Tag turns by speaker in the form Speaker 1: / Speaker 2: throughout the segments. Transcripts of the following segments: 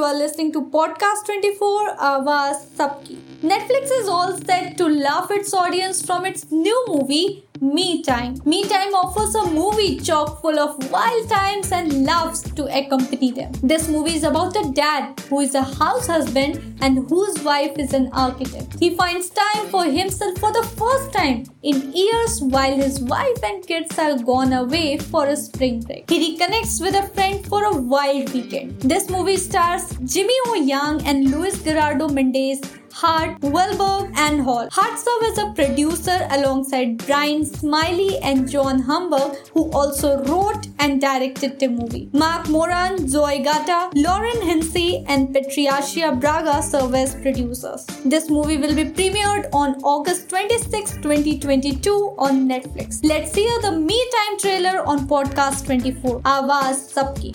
Speaker 1: are listening to Podcast 24 Avaz Sabki. Netflix is all set to love its audience from its new movie Me Time. Me Time offers a movie chock full of wild times and loves to accompany them. This movie is about a dad who is a house husband and whose wife is an architect. He finds time for himself for the first time in years while his wife and kids are gone away for a spring break. He reconnects with a friend for a wild weekend. This movie stars Jimmy O. Yang and Luis Gerardo Mendez Hart, Wahlberg, and Hall. Hart serves as a producer alongside Brian Smiley and John Humber, who also wrote and directed the movie. Mark Moran, Zoe Gata, Lauren Hinsey, and Patricia Braga serve as producers. This movie will be premiered on August 26, 2022 on Netflix. Let's hear the Me Time trailer on Podcast 24. Awaz Sabki.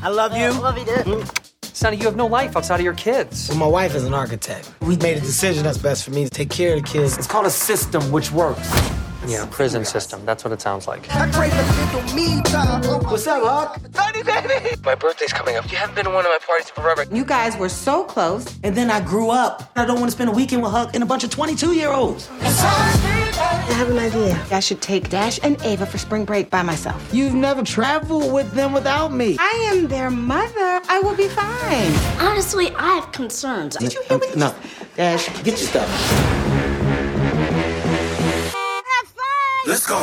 Speaker 2: I love you.
Speaker 3: love you, dude.
Speaker 4: Sonny, you have no life outside of your kids.
Speaker 2: Well, Mm, my wife is an architect. We made a decision that's best for me to take care of the kids. It's called a system which works.
Speaker 4: Yeah, prison system. That's what it sounds like.
Speaker 2: What's up, Hawk?
Speaker 5: My birthday's coming up. You haven't been to one of my parties in forever.
Speaker 3: You guys were so close.
Speaker 2: And then I grew up. I don't want to spend a weekend with Huck and a bunch of 22 year olds.
Speaker 3: I have an idea. I should take Dash and Ava for spring break by myself.
Speaker 2: You've never traveled with them without me.
Speaker 3: I am their mother. I will be fine.
Speaker 6: Honestly, I have concerns.
Speaker 3: Did you hear what
Speaker 2: No. Dash, get your stuff.
Speaker 6: Have fun!
Speaker 5: Let's go.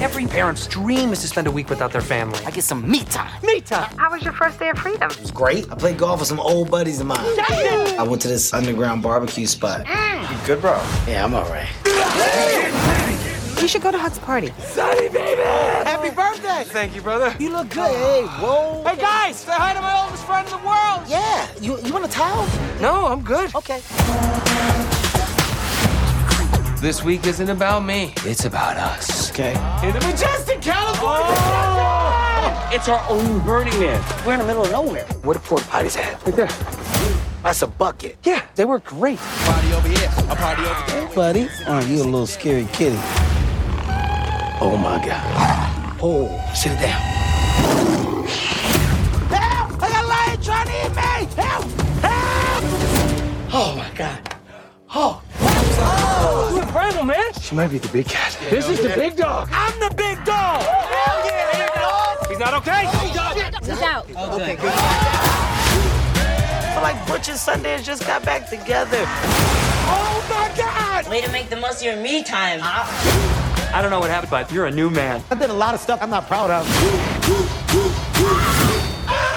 Speaker 4: Every parent's dream is to spend a week without their family.
Speaker 5: I get some me time.
Speaker 4: Me time.
Speaker 7: How was your first day of freedom?
Speaker 2: It was great. I played golf with some old buddies of mine. I went to this underground barbecue spot.
Speaker 5: You good, bro?
Speaker 2: Yeah, I'm all right.
Speaker 3: We should go to Huck's party.
Speaker 4: Sonny, baby!
Speaker 2: Happy birthday!
Speaker 4: Thank you, brother.
Speaker 2: You look good. Hey, whoa.
Speaker 4: Hey, guys, say hi to my oldest friend in the world.
Speaker 2: Yeah, you, you want a towel?
Speaker 4: No, I'm good.
Speaker 2: Okay.
Speaker 5: This week isn't about me. It's about us.
Speaker 2: Okay.
Speaker 4: In the majestic California. It's our own Burning Man.
Speaker 2: We're in the middle of nowhere.
Speaker 4: What a porta potty's at? Right there.
Speaker 2: That's a bucket.
Speaker 4: Yeah, they were great.
Speaker 2: buddy. Aren't you a little scary kitty? Oh my god. Oh, sit down. Help! I got a lion trying to eat me! Help! Help! Oh my god. Oh.
Speaker 4: You're incredible, man.
Speaker 2: She might be the big cat.
Speaker 4: This is the big dog. I'm the big dog. Hell yeah, big dog. He's not okay.
Speaker 6: He's out.
Speaker 2: I like Butch and Sundance just got back together.
Speaker 4: Oh my God.
Speaker 8: Way to make the most of your me time.
Speaker 4: I don't know what happened, but you're a new man.
Speaker 2: I did a lot of stuff I'm not proud of.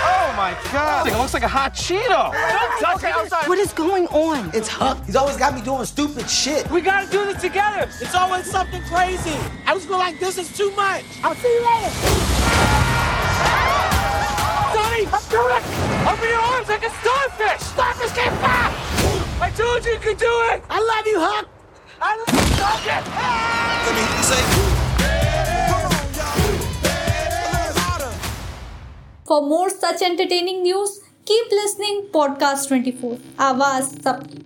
Speaker 4: Oh my God. It looks like a hot Cheeto. Don't touch it. I'm sorry.
Speaker 3: What is going on?
Speaker 2: It's Huck. He's always got me doing stupid shit.
Speaker 4: We gotta do this together. It's always something crazy.
Speaker 2: I was going like, this is too much. I'll see you later.
Speaker 4: Sonny, I'm doing it. Open your arms like a starfish. Starfish can't fly. I told you you could do it.
Speaker 2: I love you, Huck.
Speaker 4: I love it.
Speaker 1: For more such entertaining news, keep listening Podcast 24. Awaz Sabki.